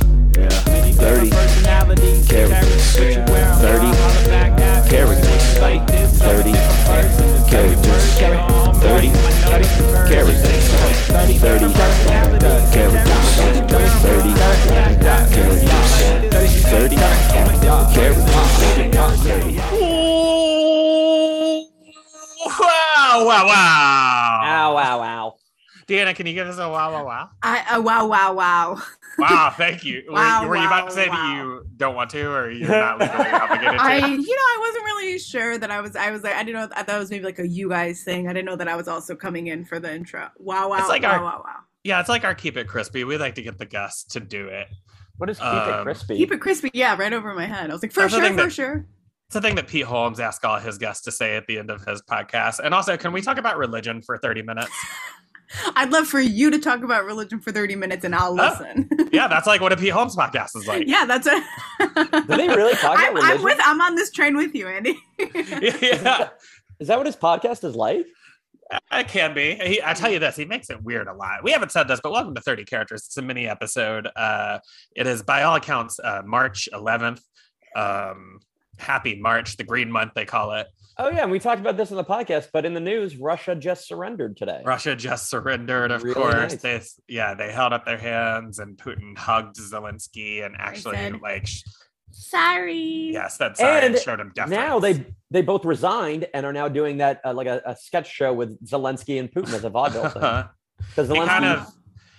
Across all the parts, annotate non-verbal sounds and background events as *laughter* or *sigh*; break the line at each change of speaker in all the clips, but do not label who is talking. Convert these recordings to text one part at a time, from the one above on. Thirty characters. Thirty characters. Thirty characters. Thirty characters. Thirty characters. Thirty characters. Thirty characters.
Ooh. Wow, wow, wow.
Ow, ow, ow.
Deanna, can you give us a wow, wow, wow?
I uh, wow wow wow.
Wow, thank you. Were-
Wow,
were, you about
wow,
to say that
wow.
you don't want to or you're not legally obligated to?
*laughs* I you know I wasn't really sure that I was I was like I didn't know I thought it was maybe like a you guys thing. I didn't know that I was also coming in for the intro. Wow wow
It's like
wow
our-
wow wow.
yeah, it's like our Keep It Crispy. We like to get the guests to do it.
What is keep
Um,
it crispy?
Keep it crispy. Yeah, right over my head. I was like for
That's the
sure
thing
for
that-
sure.
It's a thing that Pete Holmes asks all his guests to say at the end of his podcast. And also, can we talk about religion for 30 minutes?
I'd love for you to talk about religion for 30 minutes and I'll listen. *laughs*
yeah, that's like what a Pete Holmes podcast is like.
yeah, that's it.
Do they really talk about
*laughs* I'm,
religion?
I'm with I'm on this train with you, Andy. *laughs*
*laughs* yeah.
Is that what his podcast is like?
It can be. He, I
Mm.
tell you this, he makes it weird a lot. We haven't said this, but welcome to 30 Characters. It's a mini episode. Uh, it is, by all accounts, uh, March 11th. Um, happy March, the green month, they call it.
Oh yeah, and we talked about this on the podcast, but in the news, Russia just surrendered today.
Russia just surrendered, of
Really
course.
nice.
They, s- yeah, they held up their hands and Putin hugged Zelensky and actually,
said-
like, sh-
Sorry.
yes, that's sorry,
And
and showed him deference.
Now
*laughs*
they they both resigned and are now doing that uh, like a, a sketch show with Zelensky and Putin as a
*laughs*
vaudeville thing. Because
it
Zelensky,
kind of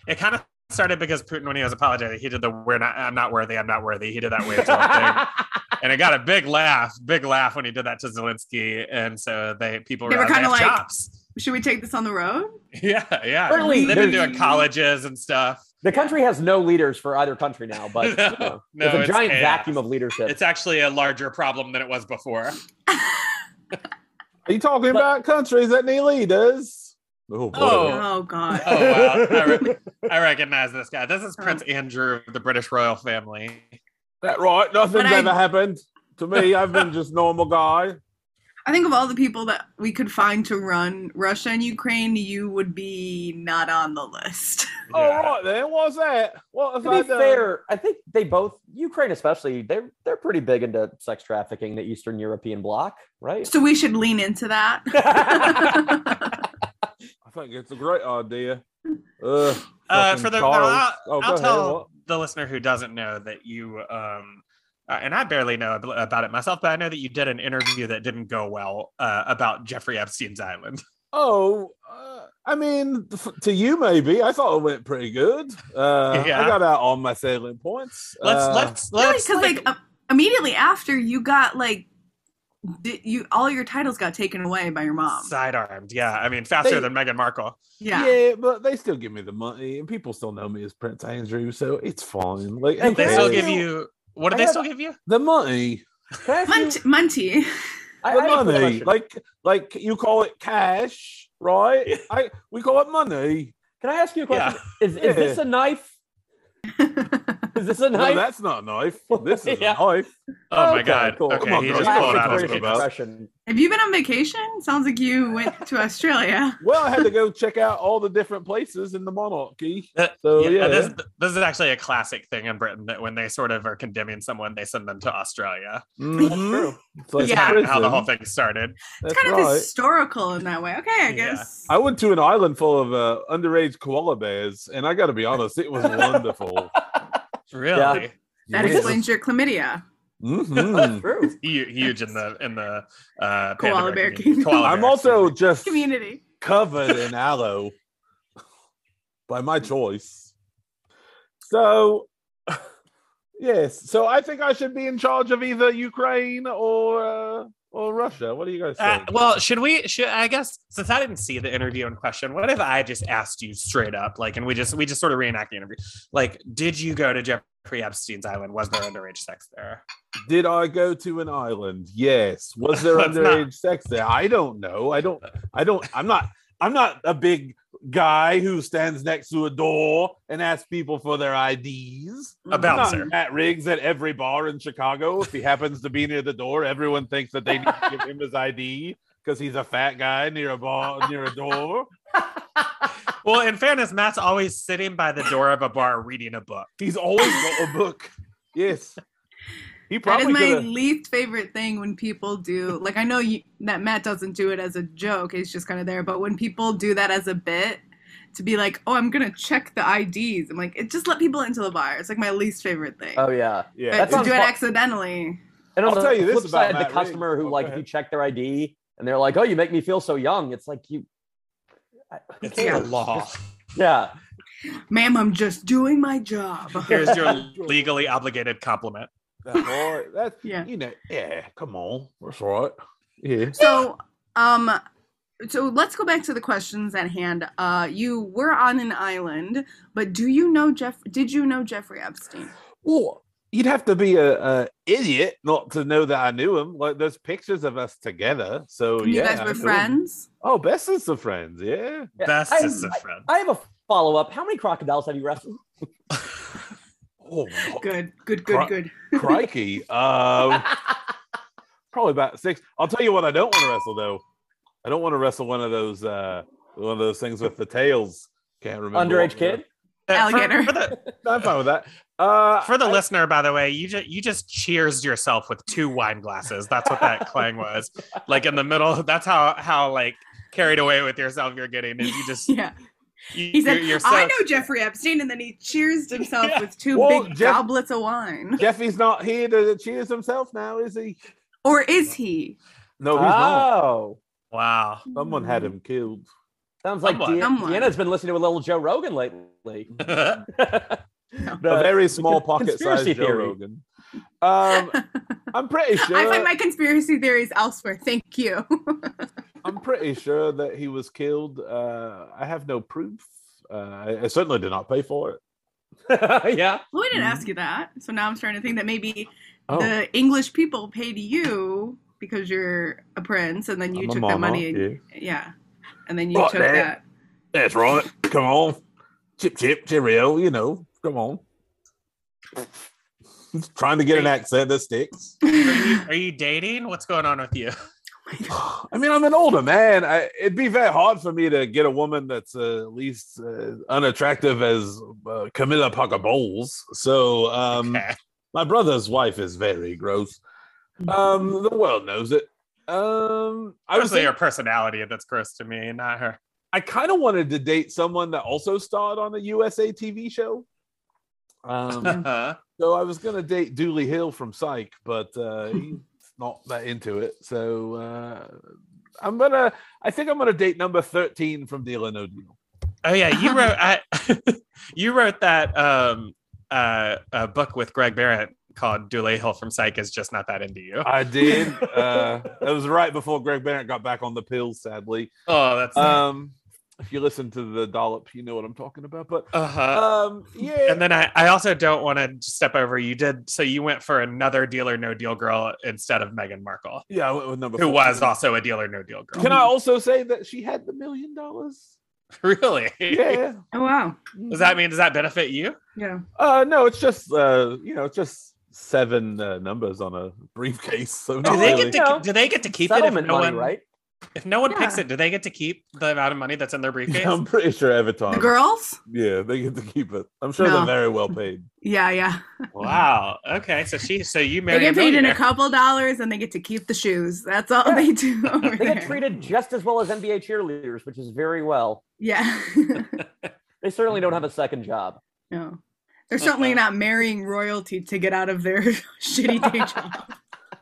it kind of started because Putin, when he was apologizing, he did the "We're not, I'm not worthy, I'm not worthy." He did that weird
*laughs*
little thing, and it got a big laugh, big laugh when he did that to Zelensky, and so they people
They were
realized
kinda
have
like-
chops.
Should we take this on the road?
*laughs* Yeah, yeah.
Early,
They've been
there's-
doing colleges and stuff.
the country has no leaders for either country now, but you
*laughs* No,
know,
no,
it's a
it's
giant
chaos.
vacuum of leadership.
It's actually a larger problem than it was before.
Are you talking about countries that need leaders?
oh,
Oh,
Oh god.
oh wow! I, re-
*laughs*
I recognize this guy. This is Prince Andrew of the British royal family.
That right? Nothing's
But I-
ever happened to me. I've been just normal guy.
I think of all the people that we could find to run Russia and Ukraine, you would be not on the list.
All
Yeah.
right then. What's that? What have
to
I
be
uh,
done?
fair, I think they both Ukraine especially they're they're pretty big into sex trafficking, the Eastern European bloc, right?
So we should lean into that. *laughs*
I think it's a great idea. Ugh,
Uh,
fucking
for the
Charles.
I'll,
Oh, go
I'll
ahead.
tell
What?
the listener who doesn't know that you um uh, and I barely know ab- about it myself, but I know that you did an interview that didn't go well uh, about Jeffrey Epstein's island.
Oh, uh, I mean, f- to you maybe. I thought it went pretty good. Uh,
Yeah.
I got out all my salient points.
Let's
Uh,
let's let's
Because like, um, immediately after you got like di- you all your titles got taken away by your mom.
sidearmed. Yeah, I mean faster
They-
than Meghan Markle.
yeah.
but they still give me the money, and people still know me as Prince Andrew, so it's fine. Like who
And
They
Yeah.
still
cares?
give you. What do
I
they
have-
still give you?
the money,
Can I ask you-
Munty, Munty.
I-
the
I have a
money.
question.
Like, like you call it cash, right?
*laughs*
I we call it money.
Can I ask you a question? Is, is
Yeah.
this a knife? is this a
No,
knife?
that's not
*laughs*
a knife. This is
Yeah.
a knife.
Oh my
Okay,
god!
cool.
Okay,
Come on,
he
girl.
just
Classic
pulled out
British
his
British
penis.
expression.
Have you been on vacation? Sounds like you went to Australia.
Well, I had to go check out all the different places in the monarchy.
Uh,
So
yeah,
Oh, yeah,
This, this is actually a classic thing in Britain that when they sort of are condemning someone, they send them to Australia.
Mhm.
*laughs*
It's like
That's
Yeah.
kind of how the
prison.
whole thing started.
It's
*laughs* That's
kind of
right.
historical in that way. Okay, I
Yeah.
guess.
I went to an island full of uh, underage koala bears, and I got to be honest, it
*laughs*
was wonderful.
Really
that explains your chlamydia.
Mhm.
True.
huge, huge in the in the uh,
Koala
panda
bear
community.
kingdom.
Koala
I'm
bear,
also
excuse
just
Community.
covered in aloe by my choice. So, *laughs* yes, so I think I should be in charge of either Ukraine or uh, or Russia. What do you guys
me. Uh,
think?
well, should we? Should I guess since I didn't see the interview in question, what if I just asked you straight up, like, and we just we just sort of reenact the interview? Like, did you go to Jeffrey Epstein's island? Was there underage sex there?
Did I go to an island? Yes. Was there
That's not-
underage sex there? I don't know. I don't. I don't. I'm not. I'm not a big guy who stands next to a door and asks people for their IDs.
A
I'm not
bouncer.
Matt Riggs at every bar in Chicago. If he happens to be near the door, everyone thinks that they need to give him his ID. because he's a fat guy near a bar near a door.
Well, in fairness, Matt's always sitting by the door of a bar reading a book.
He's always got a book. Yes, he
That is
probably
my
could have.
least favorite thing when people do like I know you, that Matt doesn't do it as a joke; he's just kind of there. But when people do that as a bit to be like, "Oh, I'm gonna check the IDs," I'm like, "It just let people into the bar." It's like my least favorite thing.
Oh yeah.
Yeah,
but
That's
to
on
do it
Fo-
accidentally,
And on
I'll
the
tell you this
flip
about
side,
Matt
the customer
Reeves.
who
Oh,
like
go
if you
ahead.
check their ID and they're like, "Oh, you make me feel so young." It's like you. I- who
It's
cares?
the law.
Yeah.
ma'am, I'm just doing my job.
Here's your legally obligated compliment.
That boy, that's
*laughs* Yeah.
you know, yeah. Come on, that's all right. Yeah,
So, um, so let's go back to the questions at hand. Uh, you were on an island, but do you know Jeff? Did you know Jeffrey Epstein?
well, you'd have to be a, a idiot not to know that I knew him. Like, there's pictures of us together, so
you
Oh, yeah,
guys
I
were
knew him.
friends.
Oh, best is the friends, yeah.
Yeah,
Best
I-
is a friend.
I have a follow up. How many crocodiles have you wrestled?
Oh,
*laughs* Good, good,
Cri-
good, good.
crikey.
*laughs*
Um, probably about six. I'll tell you what I don't want to wrestle though. I don't want to wrestle one of those uh one of those things with the tails. Can't remember.
Underage
what-
kid.
Uh, for-
Alligator.
For, the,
I'm fine with that. Uh
for the listener, by the way, you just you just cheers yourself with two wine glasses. That's what that clang was. Like in the middle. That's how how like carried away with yourself you're getting. Is you just
*laughs* Yeah,
you,
he said,
you're, you're
"I
so-
know Jeffrey Epstein," and then he cheers himself
Yeah.
with two
Well,
big
Jeff-
goblets of wine.
Jeffy's not here to cheers himself now, is he?
Or is he?
No, he's not.
oh,
*laughs* Wow. *laughs*
Someone had him killed.
sounds like
Someone.
Dee-
Someone.
Deanna's been listening to a little Joe Rogan
*laughs*
lately. *laughs*
A
The-
very small
con-
pocket sized
conspiracy
Joe
theory.
Rogan.
*laughs*
Um I'm pretty sure
I find my conspiracy theories elsewhere. Thank you. *laughs*
I'm pretty sure that he was killed. Uh, I have no proof. Uh, I, I certainly did not pay for it.
yeah.
well, I didn't
Mhm.
ask you that, so now I'm starting to think that maybe
Oh,
the English people paid you because you're a prince, and then you
I'm a
took
monarch,
the money. And,
yeah.
yeah. and then you
Fuck
took
that.
that.
That's right. Come on. Chip, chip, cheerio. You know, come on. Trying to get an accent that sticks.
Are you, are you dating? What's going on with you?
*sighs* I mean, I'm an older man. I, it'd be very hard for me to get a woman that's uh, at least uh, unattractive as uh, Camilla Parker Bowles. So, um,
Okay.
my brother's wife is very gross. Um, the world knows it. Um, I was
Obviously,
thinking-
your personality that's gross to me, not her.
I kind of wanted to date someone that also starred on a USA TV show.
*laughs*
Um, so I was going to date Dooley Hill from Psych, but uh, he's *laughs* not that into it. So uh, I'm gonna. I think I'm gonna date number thirteen from Deal or No Deal.
Oh yeah, you wrote I, *laughs* you wrote that um uh a book with Greg Barrett called Dooley Hill from Psych is just not that into you.
I did. *laughs* Uh, that was right before Greg Barrett got back on the pills. Sadly,
Oh, that's uh
um, if you listen to the dollop, you know what I'm talking about. But
huh.
um, yeah,
uh-huh. And then I, I also don't want to step over. You did so you went for another Deal or No Deal girl instead of Meghan Markle,
yeah, I went with number
who
14.
was also a Deal or No Deal
*laughs*
girl.
Can I also say that she had the million dollars?
really?
Yeah.
*laughs* Oh wow.
Does that mean does that benefit you?
Yeah.
Uh, no, it's just uh, you know, it's just seven uh, numbers on a briefcase. So
Oh,
Do
not
they
Oh, really.
get to
No.
do they get to keep it if
Settlement
no
money,
one
right?
if no one picks
Yeah.
it? Do they get to keep the amount of money that's in their
*laughs*
briefcase?
I'm pretty sure
The
Avatar.
girls?
Yeah, they get to keep it. I'm sure
No.
they're very well paid.
Yeah, yeah.
Wow. Okay. So she. So you
They
married.
get paid in a
millionaire.
couple dollars and they get to keep the shoes. That's all
Yeah.
they do. *laughs* Over
They get
there.
treated just as well as NBA cheerleaders, which is very well.
Yeah. *laughs*
They certainly don't have a second job.
no. They're certainly not marrying royalty to get out of their *laughs* shitty day
*laughs*
job.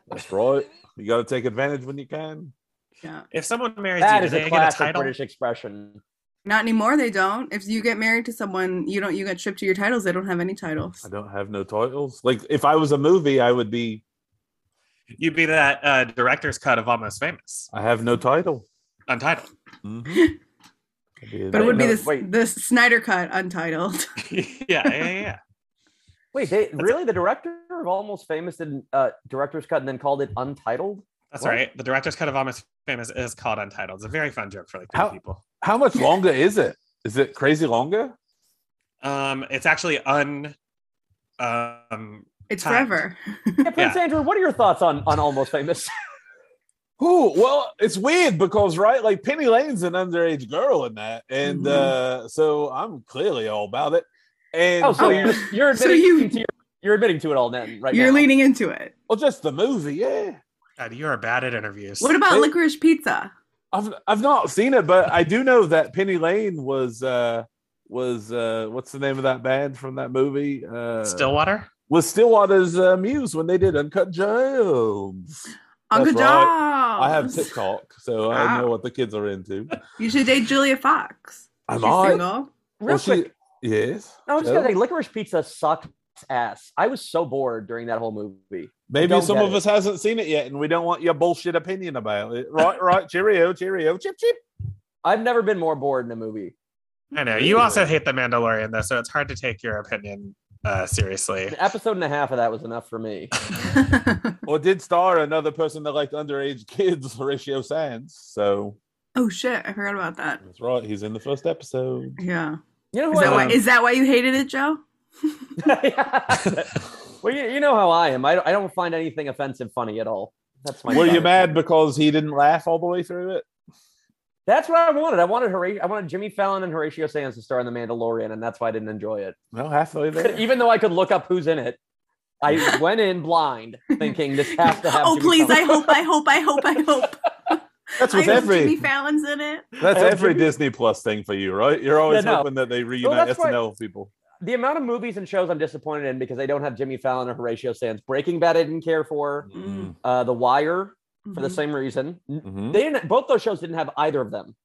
That's right. You got to take advantage when you can.
Yeah.
If someone marries
That
you,
is
do
a
they get a
classic
title?
British expression.
Not anymore, they don't. If you get married to someone, you don't you get stripped to your titles, they don't have any titles.
I don't have no titles. Like if I was a movie, I would be.
You'd be that uh, director's cut of Almost Famous,
I have no title.
*laughs*
Untitled. *laughs*
Mhm. I'd be a-
But it would be
No,
this
wait.
the Snyder cut untitled. *laughs*
yeah, yeah, yeah.
Wait, they really the director of Almost Famous did uh, director's cut and then called it
*laughs*
untitled.
That's
What?
right. The director's cut of Almost Famous is called Untitled. It's a very fun joke for like three
How-
people.
How much longer is it? Is it crazy longer?
Um, it's actually un. Um,
It's
Times.
forever. *laughs*
Yeah, Prince Andrew, what are your thoughts on on Almost Famous?
Oh, well, it's weird because right, like Penny Lane's an underage girl in that, and
Mm-hmm.
uh, so I'm clearly all about it. And
Oh, so
oh,
you're, you're
Um, So
admitting
you-
to your, you're admitting to it all then, right
You're
now.
leaning into it.
well, Oh, just the movie, yeah.
God, you are bad at interviews.
What about
It-
licorice pizza?
I've I've not seen it, but I do know that Penny Lane was uh was uh what's the name of that band from that movie? Uh
Stillwater?
was Stillwater's uh, muse when they did Uncut Gems.
Uncle
That's
John's.
right. I have TikTok, so
Ah.
I know
Wow.
what the kids are into.
You should date Julia Fox.
Am
She's
I?
single.
Real
Well,
quick,
she- yes.
no, I'm just
so?
gonna say licorice pizza sucked ass. I was so bored during that whole movie.
Maybe
don't
some
get
of
it.
us hasn't seen it yet, and we don't want your bullshit opinion about it. Right, right. Cheerio, cheerio, chip, chip.
I've never been more bored in a movie.
I know. You also hate The Mandalorian, though, so it's hard to take your opinion uh, seriously.
An episode and a half of that was enough for me.
Or did star another person that liked underage kids, *laughs* Horatio Sands. So
*laughs* oh shit! I forgot about that.
that's right. He's in the
*laughs*
first episode.
Yeah.
You know
Is
who
that
I
why?
Um,
Is that why you hated it, Joe?
*laughs* well, you, you know how I am. I don't, I don't find anything offensive funny at all. That's my.
Were you
problem.
mad because he didn't laugh all the way through it?
That's what I wanted. I wanted Horatio, I wanted Jimmy Fallon and Horatio Sands to star in The Mandalorian, and that's why I didn't enjoy
*laughs*
it.
No, halfway there.
Even though I could look up who's in it,
*laughs*
I went in blind, thinking this has to have.
Oh
Jimmy
please! I
Fallon.
hope! I hope! I
*laughs*
hope! I hope!
That's with
I hope Jimmy
every
Fallon's in it.
that's
I hope
every
Jimmy-
Disney Plus thing for you, right? You're always
Yeah, no.
hoping that they reunite
that's why-
SNL people.
the amount of movies and shows I'm disappointed in because they don't have Jimmy Fallon or Horatio Sands. Breaking Bad, I didn't care for.
Mm.
Uh, The Wire, for the
Mhm.
same reason. N-
Mhm.
They didn't. Both those shows didn't have either of them.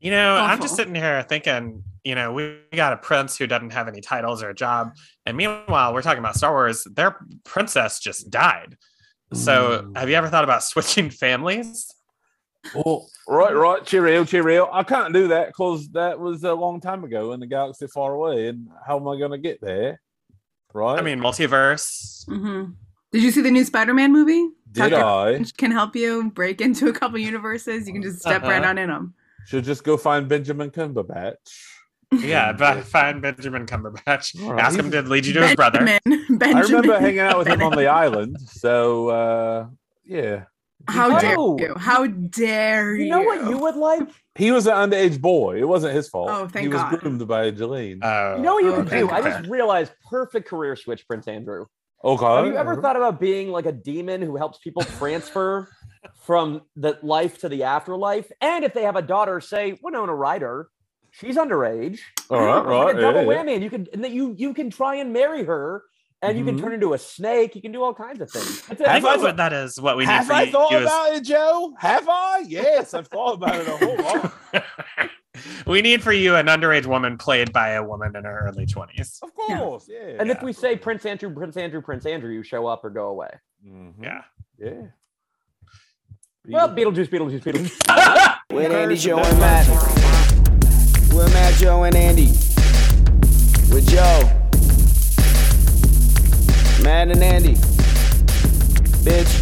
You know, I'm
Awful.
just sitting here thinking, you know, we we got a prince who doesn't have any titles or a job. And meanwhile, we're talking about Star Wars, their princess just died. So have you ever thought about *laughs* switching families?
Oh, right, right. Cheerio, cheerio. I can't do that because that was a long time ago in the galaxy far away. And how am I going to get there? Right.
I mean, multiverse.
Mhm. Did you see the new Spider-Man movie?
did
Tucker
I?
Which can help you break into a couple universes. You can just step right
Uh-huh.
on in them.
Should just go find Benjamin Cumberbatch.
Yeah, but find Benjamin Cumberbatch.
All right.
Ask him to lead you to his brother.
Benjamin. *laughs*
I
Benjamin.
remember hanging out with him on the island. So, uh, yeah.
How dare
Oh.
you? How dare you?
You know what you would like?
He was an underage boy. It wasn't his fault.
Oh, thank
He was
God.
groomed by
Uh,
Jalen.
Oh,
You know what you could
okay.
do? I just realized perfect career switch, Prince Andrew.
okay.
Have you ever thought about being like a demon who helps people
*laughs*
transfer from the life to the afterlife? And if they have a daughter, say Winona Ryder, she's underage. *laughs*
All right,
Like
right.
a double
yeah, yeah.
whammy, and you can and then you you can try and marry her, and you
Mhm.
can turn into a snake. You can do all kinds of things. It's a-
I think
Have I
that's
thought-
what that is what we need
Have
for
I
you-
thought
you is-
about it, Joe? Have I? Yes, I've thought about it a whole lot.
*laughs*
*laughs* we need for you an underage woman played by a woman in her early 20s.
Of
Yeah.
course, yeah.
and if we say Prince Andrew, Prince Andrew, Prince Andrew, you show up or go away.
Mhm.
Yeah.
yeah.
Well, Beetlejuice, Beetlejuice, Beetlejuice.
With Andy, Joe, and Matt. With Matt, Joe, and Andy. With Joe. Matt and Andy. Bitch.